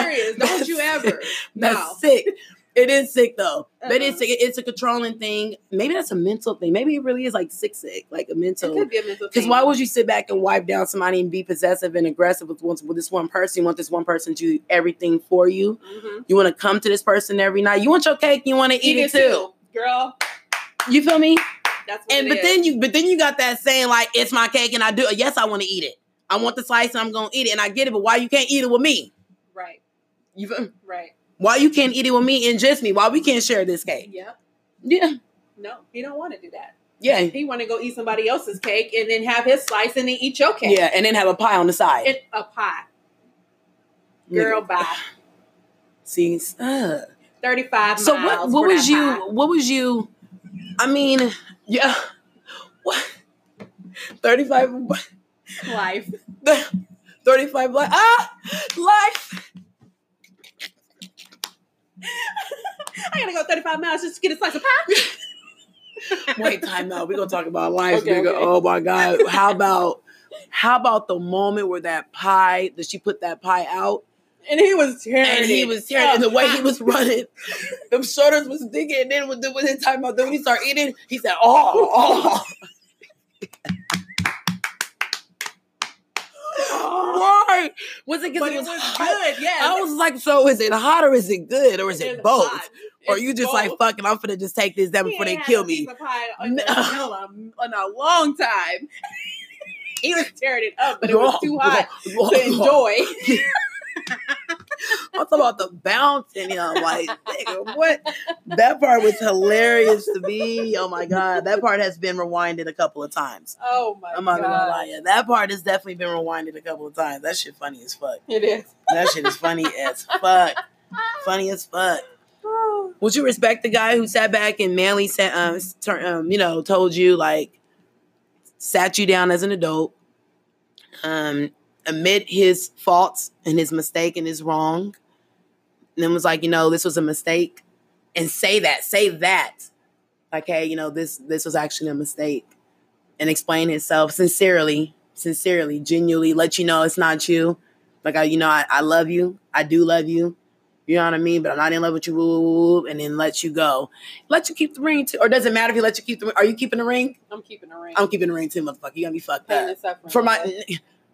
serious. Don't you That's- ever? That's No. sick. It is sick though. But Uh-uh. it's a, it's a controlling thing. Maybe that's a mental thing. Maybe it really is like sick sick, like a It mental. could be a mental Because thing. why would you sit back and wipe down somebody and be possessive and aggressive with, one- with this one person? You want this one person to do everything for you. Mhm. You want to come to this person every night. You want your cake. You want to eat, it too. girl? You feel me? That's what And it but is. then you but then you got that saying like it's my cake and I do yes I want to eat it. I want the slice and I'm gonna eat it and I get it. But why you can't eat it with me? right, You feel me? right, why you can't eat it with me and just me? Why we can't share this cake? yep. Yeah. No, he don't want to do that. Yeah. He want to go eat somebody else's cake and then have his slice and then eat your cake. Yeah, and then have a pie on the side. It- a pie, Nigga. girl. Bye. See. uh. Thirty-five. So what miles what for that was you pie. what was you I mean, yeah. What? 35 life. 35 like ah life. I gotta go 35 miles just to get a slice of pie. Wait, time out. We're going to talk about life, Okay, nigga. okay. Oh my god. How about how about the moment where that pie that she put that pie out And he was tearing and he it. was tearing, and the way he was running, them shoulders was digging. And then with the with his time out, then when he started eating, he said, "Oh, oh, why was it? Because But it was, hot? good, yeah. I was like, so is it hot or is it good or is it It's both? hot. Or It's you just both. like fucking? I'm finna just take this down He before they ain't had kill a me. piece of pie on No. the vanilla in a long time. he was tearing it up, but it was too hot to enjoy. I'm talking about the bounce in him. Like, nigga, what? That part was hilarious to me. Oh my god, that part has been rewinded a couple of times. Oh my I'm god. not gonna lie, yeah, that part has definitely been rewinded a couple of times. That shit funny as fuck. It is. That shit is funny as fuck. Funny as fuck. Would you respect the guy who sat back and manly said, um, s- tur- um, you know, told you like, sat you down as an adult, um, admit his faults and his mistake and his wrong, and then was like, you know, this was a mistake, and say that, say that, like, hey, you know, this this was actually a mistake, and explain himself sincerely, sincerely, genuinely, let you know it's not you, like, I, you know, I, I love you, I do love you. You know what I mean? But I'm not in love with you. Woo, woo, woo, and then let you go. Let you keep the ring too. Or does it matter if you let you keep the ring? Are you keeping the ring? I'm keeping a ring. I'm keeping the ring too, motherfucker. You're gonna be fucked Pain up. and suffering. For but- my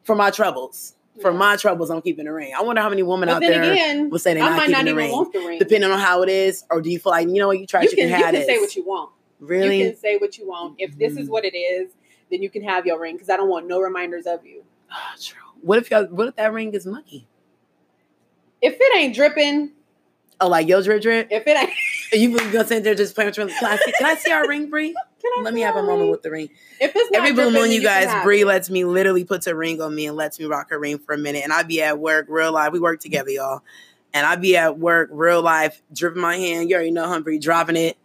for my troubles. For Yeah. my troubles, I'm keeping the ring. I wonder how many women But out then there again, will say they're I not might keeping not the even ring. want the ring. Depending on how it is, or do you feel like, you know what, you tried you can, you have can this. say what you want. really? You can say what you want. If this is Mhm. what it is, then you can have your ring because I don't want no reminders of you. Ah, true. What if y'all what if that ring is money? If it ain't dripping, Oh, like yo drip drip? if it ain't, You really gonna sit there just playing with your can I see, can I see our ring, Bree? can I Let see me have our a moment ring? with the ring. If it's not Every blue dripping, moon, then you can guys, have Bree it. lets me literally puts a ring on me and lets me rock her ring for a minute. And I be at work, real life. We work together, y'all. And I be at work, real life, dripping my hand. You already know, Humphrey, dropping it,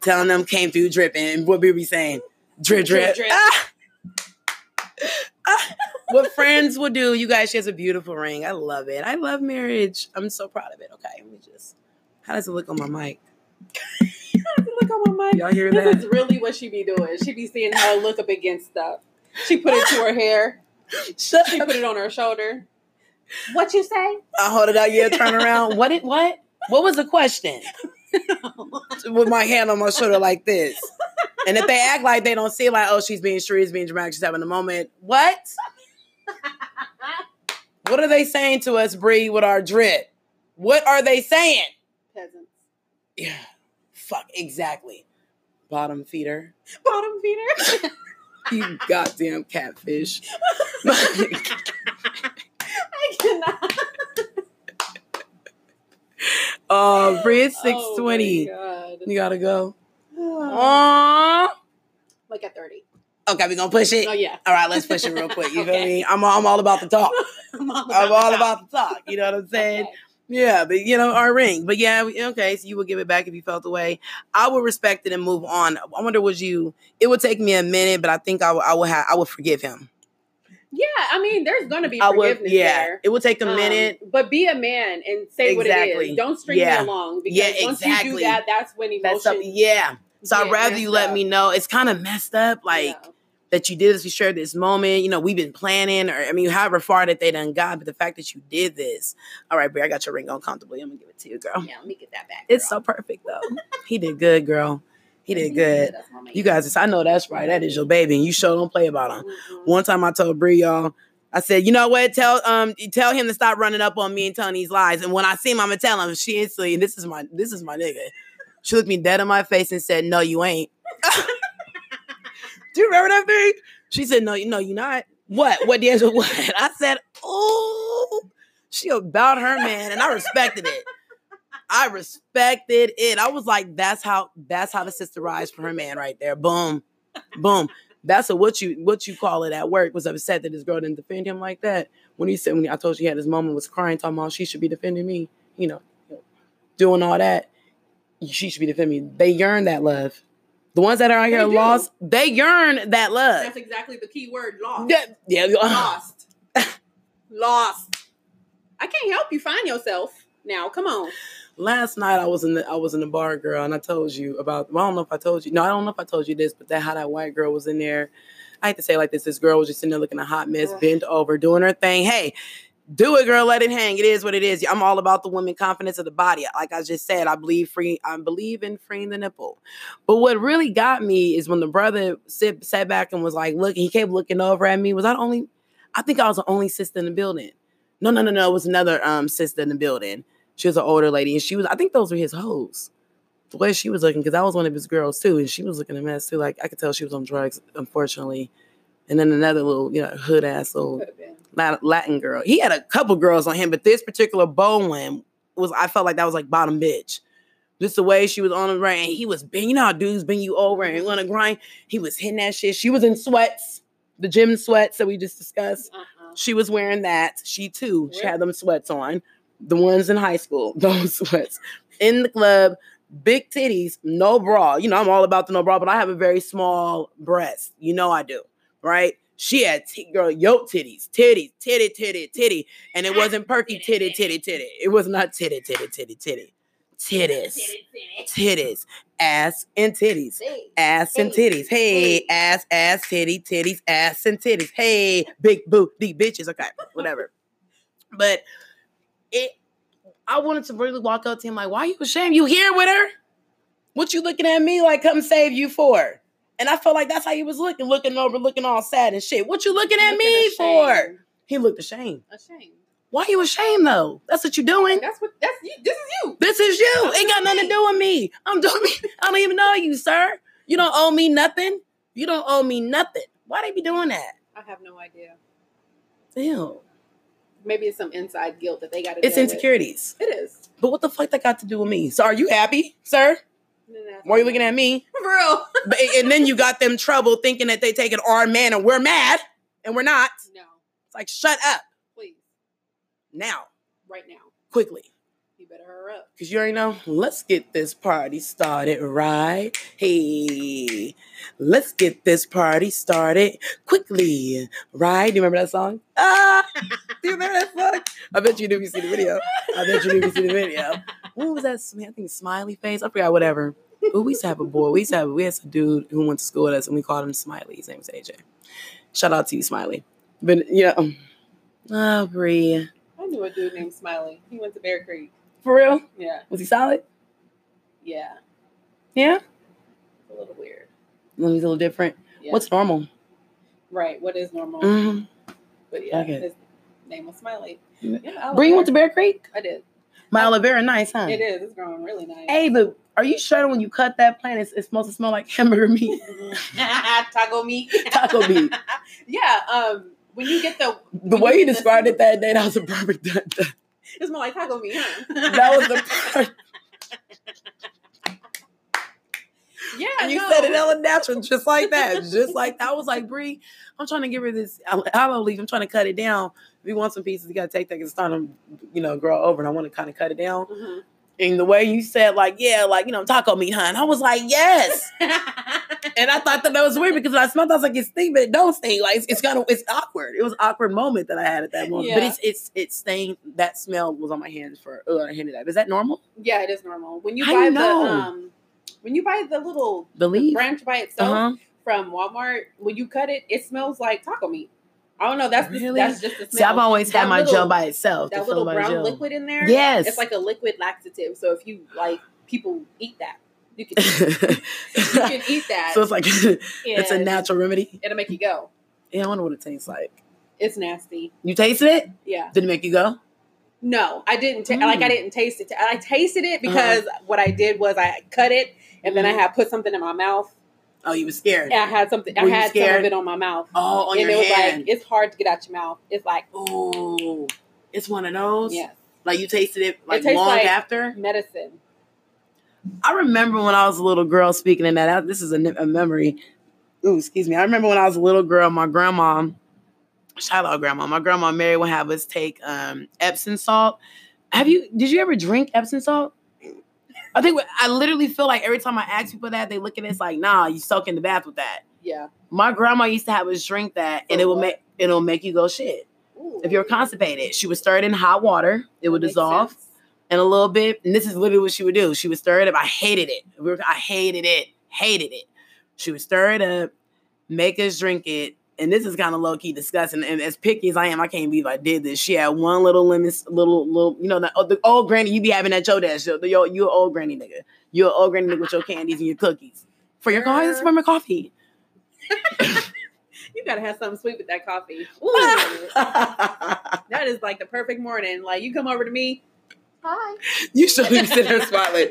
telling them came through dripping. And what we be saying? Drip, drip. Drip, drip. Ah! Ah! what friends will do, you guys, she has a beautiful ring. I love it. I love marriage. I'm so proud of it. Okay, let me just. How does it look on my mic? Look on my mic. Y'all hear This is that? really what she be doing. She be seeing how it look up against stuff. She put it to her hair. Shut She up. put it on her shoulder. What you say? I hold it out. Yeah, turn around. What it? What? What was the question? With my hand on my shoulder like this. And if they act like they don't see, it, like, oh, she's being sure, being dramatic, she's having a moment. What? What are they saying to us, Bree, with our drip? What are they saying? Peasants. Yeah. Fuck. Exactly. Bottom feeder. Bottom feeder. You goddamn catfish. I cannot. Oh, Bree, it's six Oh my twenty. God. you gotta go. Oh, Aww. Like at 30. Okay, we gonna push it. Oh yeah. All right, let's push it real quick. You feel Okay. me? I'm all, I'm all about the talk. I'm all I'm the all top. about the talk. You know what I'm saying? Okay. Yeah, but you know, our ring. But yeah, we- okay, so you would give it back if you felt the way. I would respect it and move on. I wonder would you it would take me a minute, but I think I would I would have I would forgive him. Yeah, I mean, there's gonna be I forgiveness would yeah. there. It would take a Um, minute. but be a man and say what it Exactly. is. Don't string Yeah. me along because Yeah, once you do exactly. that, that's when That's something emotion. yeah. So I'd get rather you messed let up. me know. It's kind of messed up, like Yeah. that you did this, we shared this moment, you know, we've been planning, or I mean, however far that they done got, but the fact that you did this. All right, Brie, I got your ring on comfortably. I'm gonna give it to you, girl. Yeah, let me get that back. oh, It's girl. Mm-hmm. so perfect though. he did good, girl. He did good. That's my man. You guys, I know that's right. That is your baby, and you sure don't play about him. Mhm. One time I told Brie, y'all, I said, you know what? Tell um, tell him to stop running up on me and telling these lies. And when I see him, I'ma tell him she is sleeping. This is my this is my nigga. She looked me dead in my face and said, No, you ain't. Do you remember that thing? She said, No, you no, you not. What? What D'Angelo what? I said, Oh, she about her man, and I respected it. I respected it. I was like, that's how that's how the sister rise for her man right there. Boom. Boom. That's a what you what you call it at work was upset that this girl didn't defend him like that. When he said when I told you he had this moment was crying, talking about she should be defending me, you know, doing all that. She should be defending me. They yearn that love. The ones that are out here They do. lost, they yearn that love. That's exactly the key word: lost. Yeah, yeah. Lost. lost. I can't help you find yourself now. Come on. Last night I was in the I was in the bar, girl, and I told you about. Well, I don't know if I told you. No, I don't know if I told you this, but that how that white girl was in there. I hate to say it like this. This girl was just in there looking a hot mess, Ugh. bent over, doing her thing. Hey, do it, girl. Let it hang. It is what it is. I'm all about the woman confidence of the body. Like I just said, I believe free. I believe in freeing the nipple. But what really got me is when the brother sit, sat back and was like, "Look," he kept looking over at me. Was I the only? I think I was the only sister in the building. No, no, no, no. It was another um sister in the building. She was an older lady, and she was. I think those were his hoes. The way she was looking, because I was one of his girls too, and she was looking a mess too. Like I could tell she was on drugs, unfortunately. And then another little, you know, hood ass little Could have been. Lat- Latin girl. He had a couple girls on him, but this particular Bowen was I felt like that was like bottom bitch. Just the way she was on the right, and he was bending. You know how dudes bend you over and want to grind. He was hitting that shit. She was in sweats, the gym sweats that we just discussed. Uh-uh. She was wearing that. She too. She Really? had them sweats on. The ones in high school, those sweats. In the club, big titties, no bra. You know, I'm all about the no bra, but I have a very small breast. You know I do, right? She had t- girl, yo titties, titties, titty, titty, titty. And it wasn't perky titty, titty, titty. It was not titty, titty, titty, titty. Titties. Titties. Ass and titties ass and Hey. titties. Hey, ass, ass, titty, titties, ass and titties. Hey, big booty bitches. Okay, whatever. But it, I wanted to really walk up to him like, "Why you ashamed? You here with her? What you looking at me like? Come save you for?" And I felt like that's how he was looking, looking over, looking all sad and shit. What you looking at me for? He looked ashamed. Ashamed. Why you ashamed though? That's what you doing. That's what. That's you. This is you. This is you. Ain't got nothing to do with me. I'm doing. I don't even know you, sir. You don't owe me nothing. You don't owe me nothing. Why they be doing that? I have no idea. Ew. Maybe it's some inside guilt that they got to. It's insecurities. It is. But what the fuck that got to do with me? So are you happy, sir? Why are you looking at me? For real? But, and then you got them trouble thinking that they taking our man and we're mad and we're not. No, It's like shut up please, now, right now. quickly. You better hurry up. Cause you already know. Let's get this party started, right? Hey, let's get this party started quickly, right? Do you remember that song? Ah, do you remember that song? I bet you didn't see the video. I bet you didn't see the video. What was that? sm- I think Smiley Face. I forgot. Whatever. Ooh, we used to have a boy. We used to have. We had a dude who went to school with us, and we called him Smiley. His name was AJ. Shout out to you, Smiley. But yeah, um, oh, Bree. I knew a dude named Smiley. He went to Bear Creek. For real? Yeah, Was he solid? yeah. Yeah. A little weird. He's a little different. Yeah. What's normal? right? What is normal? Mm-hmm. But yeah, Okay. his name was Smiley. Yeah. Yeah, Brie went to Oliver. Bear Creek. I did. My aloe vera, nice, huh? It is. It's growing really nice. Hey, but are you sure that when you cut that plant, it's, it's supposed to smell like hamburger meat, Taco meat. taco meat? Yeah. Um. When you get the, The way you described it that day, that was a perfect. That, it's more like taco meat, huh? that was the. per- yeah. I you know. said it hella natural, just like that, just like that. I was like, Bree, I'm trying to get rid of this al- olive leaf. I'm trying to cut it down. If you want some pieces, you gotta take that and start them, you know, grow over. And I want to kind of cut it down. And the way you said, like, yeah, like you know, taco meat, hun. I was like, yes. Mm-hmm. And I thought that that was weird because when I smelled. it, I was like, it stink, but it don't stink. Like it's, it's kind of it's awkward. It was an awkward moment that I had at that moment. But Yeah. it's it's it's staying. That smell was on my hands for uh, a handed that. Is that normal? Yeah, it is normal. When you I buy the know. um when you buy the little The leaf. branch by Uh itself huh. from Walmart, when you cut it, it smells like taco meat. I don't know. That's the- Really? that's just the smell. See, I've always That had my little- gel by itself. to that fill little my brown gel. liquid in there. Yes. it's like a liquid laxative. So if you like, people eat that. You can you so can eat that. it's like it's a and natural remedy. It'll make you go. Yeah, I wonder what it tastes like. It's nasty. You tasted it? Yeah. Did it make you go? No, I didn't. ta- Like I Mm. Uh-huh. didn't taste it. I tasted it because what I did was I cut it and then I Mhm. had put something in my mouth. Oh, you were scared. And I had something. Were I you had some scared? of it on my mouth. Oh, on and it your was hand. like it's hard to get out your mouth. It's like oh, it's one of those. yeah, Like you tasted it like tastes long like- after. medicine. I remember when I was a little girl speaking in that. out- This is a, ne- a memory. Ooh, excuse me. I remember when I was a little girl, my grandma, shout out grandma, my grandma Mary would have us take um, Epsom salt. Have you, did you ever drink Epsom salt? I think, we- I literally feel like every time I ask people that, they look at us like, nah, you soak in the bath with that. Yeah. My grandma used to have us drink that and it will make, it'll make you go shit. Ooh. If you're constipated, she would stir it in hot water. It would That makes dissolve sense. and a little bit. And this is literally what she would do. She would stir it up. I hated it. We were, I hated it. Hated it. She would stir it up, make us drink it. And this is kind of low key disgusting. And as picky as I am, I can't believe I did this. She had one little lemon, s- little little, you know, the, oh, the old granny. You be having at your desk. Yo, yo, you an old granny nigga. You an old granny nigga with your candies and your cookies for your coffee. This is for my coffee. You gotta have something sweet with that coffee. Ooh. you that is like the perfect morning. Like you come over to me. Hi. showed me sitting there smiling.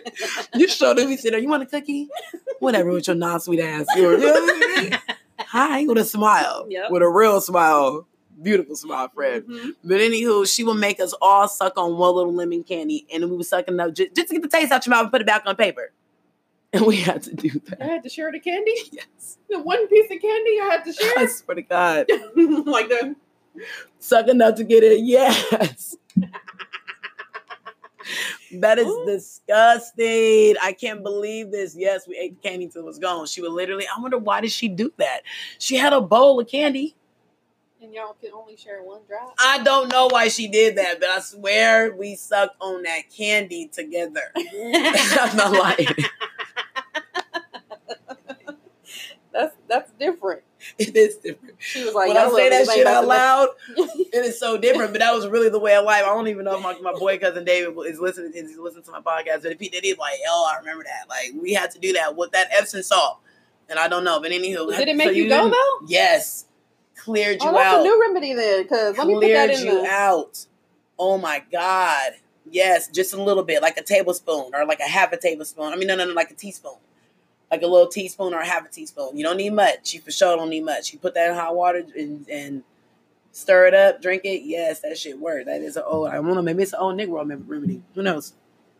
You showed me sitting there. You want a cookie? Whatever with your non sweet ass. You know? Hi, with a smile. Yep. With a real smile. Beautiful smile, friend. Mhm. But anywho, she would make us all suck on one little lemon candy, and we would suck it up just, just to get the taste out your mouth and put it back on paper. And we had to do I that. had to share the candy. Yes. The one piece of candy I had to I share. swear to God. like the Sucking up to get it. Yes. that is Ooh. disgusting. I can't believe this. Yes, we ate candy till it was gone. She would literally, I wonder why did she do that? She had a bowl of candy. and y'all can only share one drop. I don't know why she did that, but I swear we sucked on that candy together. I'm not lying. that's that's different. It is different. She was like, when I "Y'all say little that bitches shit ain't out about loud, to let- it is so different. But that was really the way of life. I don't even know if my, my boy cousin David is listening. Is listening to my podcast? But if he did, he's like, "Oh, I remember that. Like we had to do that with that Epsom salt." And I don't know, but anywho, Did it make so you go didn't- though? Yes, cleared you Oh, that's out. a new remedy then, because let me put that cleared in you the. out. Oh my God. Yes, just a little bit, like a tablespoon or like a half a tablespoon. I mean, no, no, no, like a teaspoon. Like a little teaspoon or a half a teaspoon. You don't need much. You for sure don't need much. You put that in hot water and, and stir it up, drink it. Yes, that shit worked. That is an old, I don't know, maybe it's an old Nick World mem- remedy. Who knows?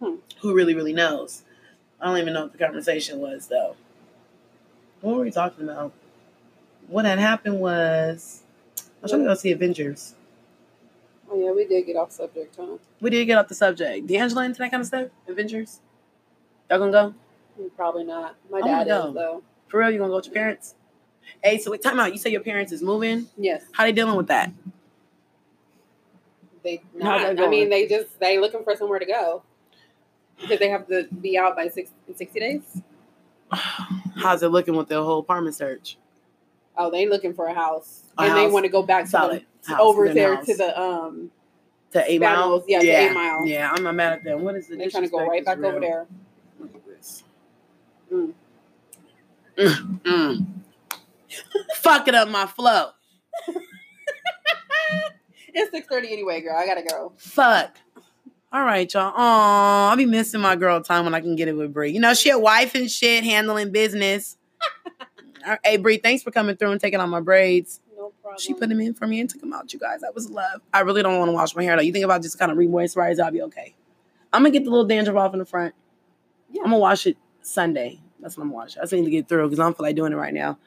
Hmm. Who really, really knows? I don't even know what the conversation was, though. What were we talking about? What had happened was, I was trying to go see Avengers. Oh yeah, we did get off subject, huh? We did get off the subject. D'Angelo into that kind of stuff? Adventures? Y'all gonna go? Probably not. My I wanna dad go. is though. For real, you gonna go with your parents? Hey, so wait, time out. You say your parents is moving. Yes, How they dealing with that? they. How's Not, that I going? mean, they just they looking for somewhere to go because they have to be out by six in sixty days. How's it looking with the whole apartment search? Oh, they looking for a house A and house. they want to go back to Solid. the, House, over good there house. to the um. to eight Battles, miles. yeah, to yeah, Eight Mile. Yeah, I'm not mad at them. What is the They're trying to go disrespect right is back over real. there. Look at this. Mm. Mm, mm. Fuck it up my flow. It's six thirty anyway, girl. I gotta go. Fuck. All right, y'all. Aw, I'll be missing my girl time when I can get it with Bree. You know, she a wife and shit, handling business. All right, hey, Bree, thanks for coming through and taking out my braids. No problem. She put them in for me and took them out, you guys. That was love. I really don't want to wash my hair, though. You think about just kind of re-moisturize, I'll be okay. I'm going to get the little dandruff off in the front. Yeah. I'm going to wash it Sunday. That's what I'm watching. I just need to get through because I don't feel like doing it right now.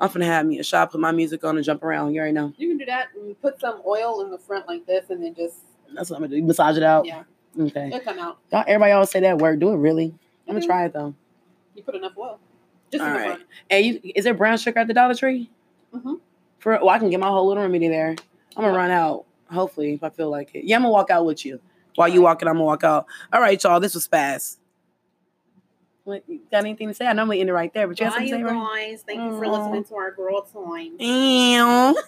I'm finna have me a shot, put my music on, and jump around. You already know. You can do that and put some oil in the front like this and then just, That's what I'm gonna do. Massage it out. yeah, Okay. it'll come out. Y'all, everybody always say that word. Do it really. I'm gonna Mhm. try it though. You put enough oil. Just All in the right. front. Hey, you, is there brown sugar at the Dollar Tree? Mm-hmm. Mhm. For well, I can get my whole little remedy there. I'm gonna run out. Hopefully, if I feel like it. Yeah, I'm gonna walk out with you. While you walking, I'm gonna walk out. All right, y'all. This was fast. What, you got anything to say? Mm-hmm. I normally end it right there, but you have Bye, something to say, you right? guys. Thank you for Mm. listening to our girl time. Ew.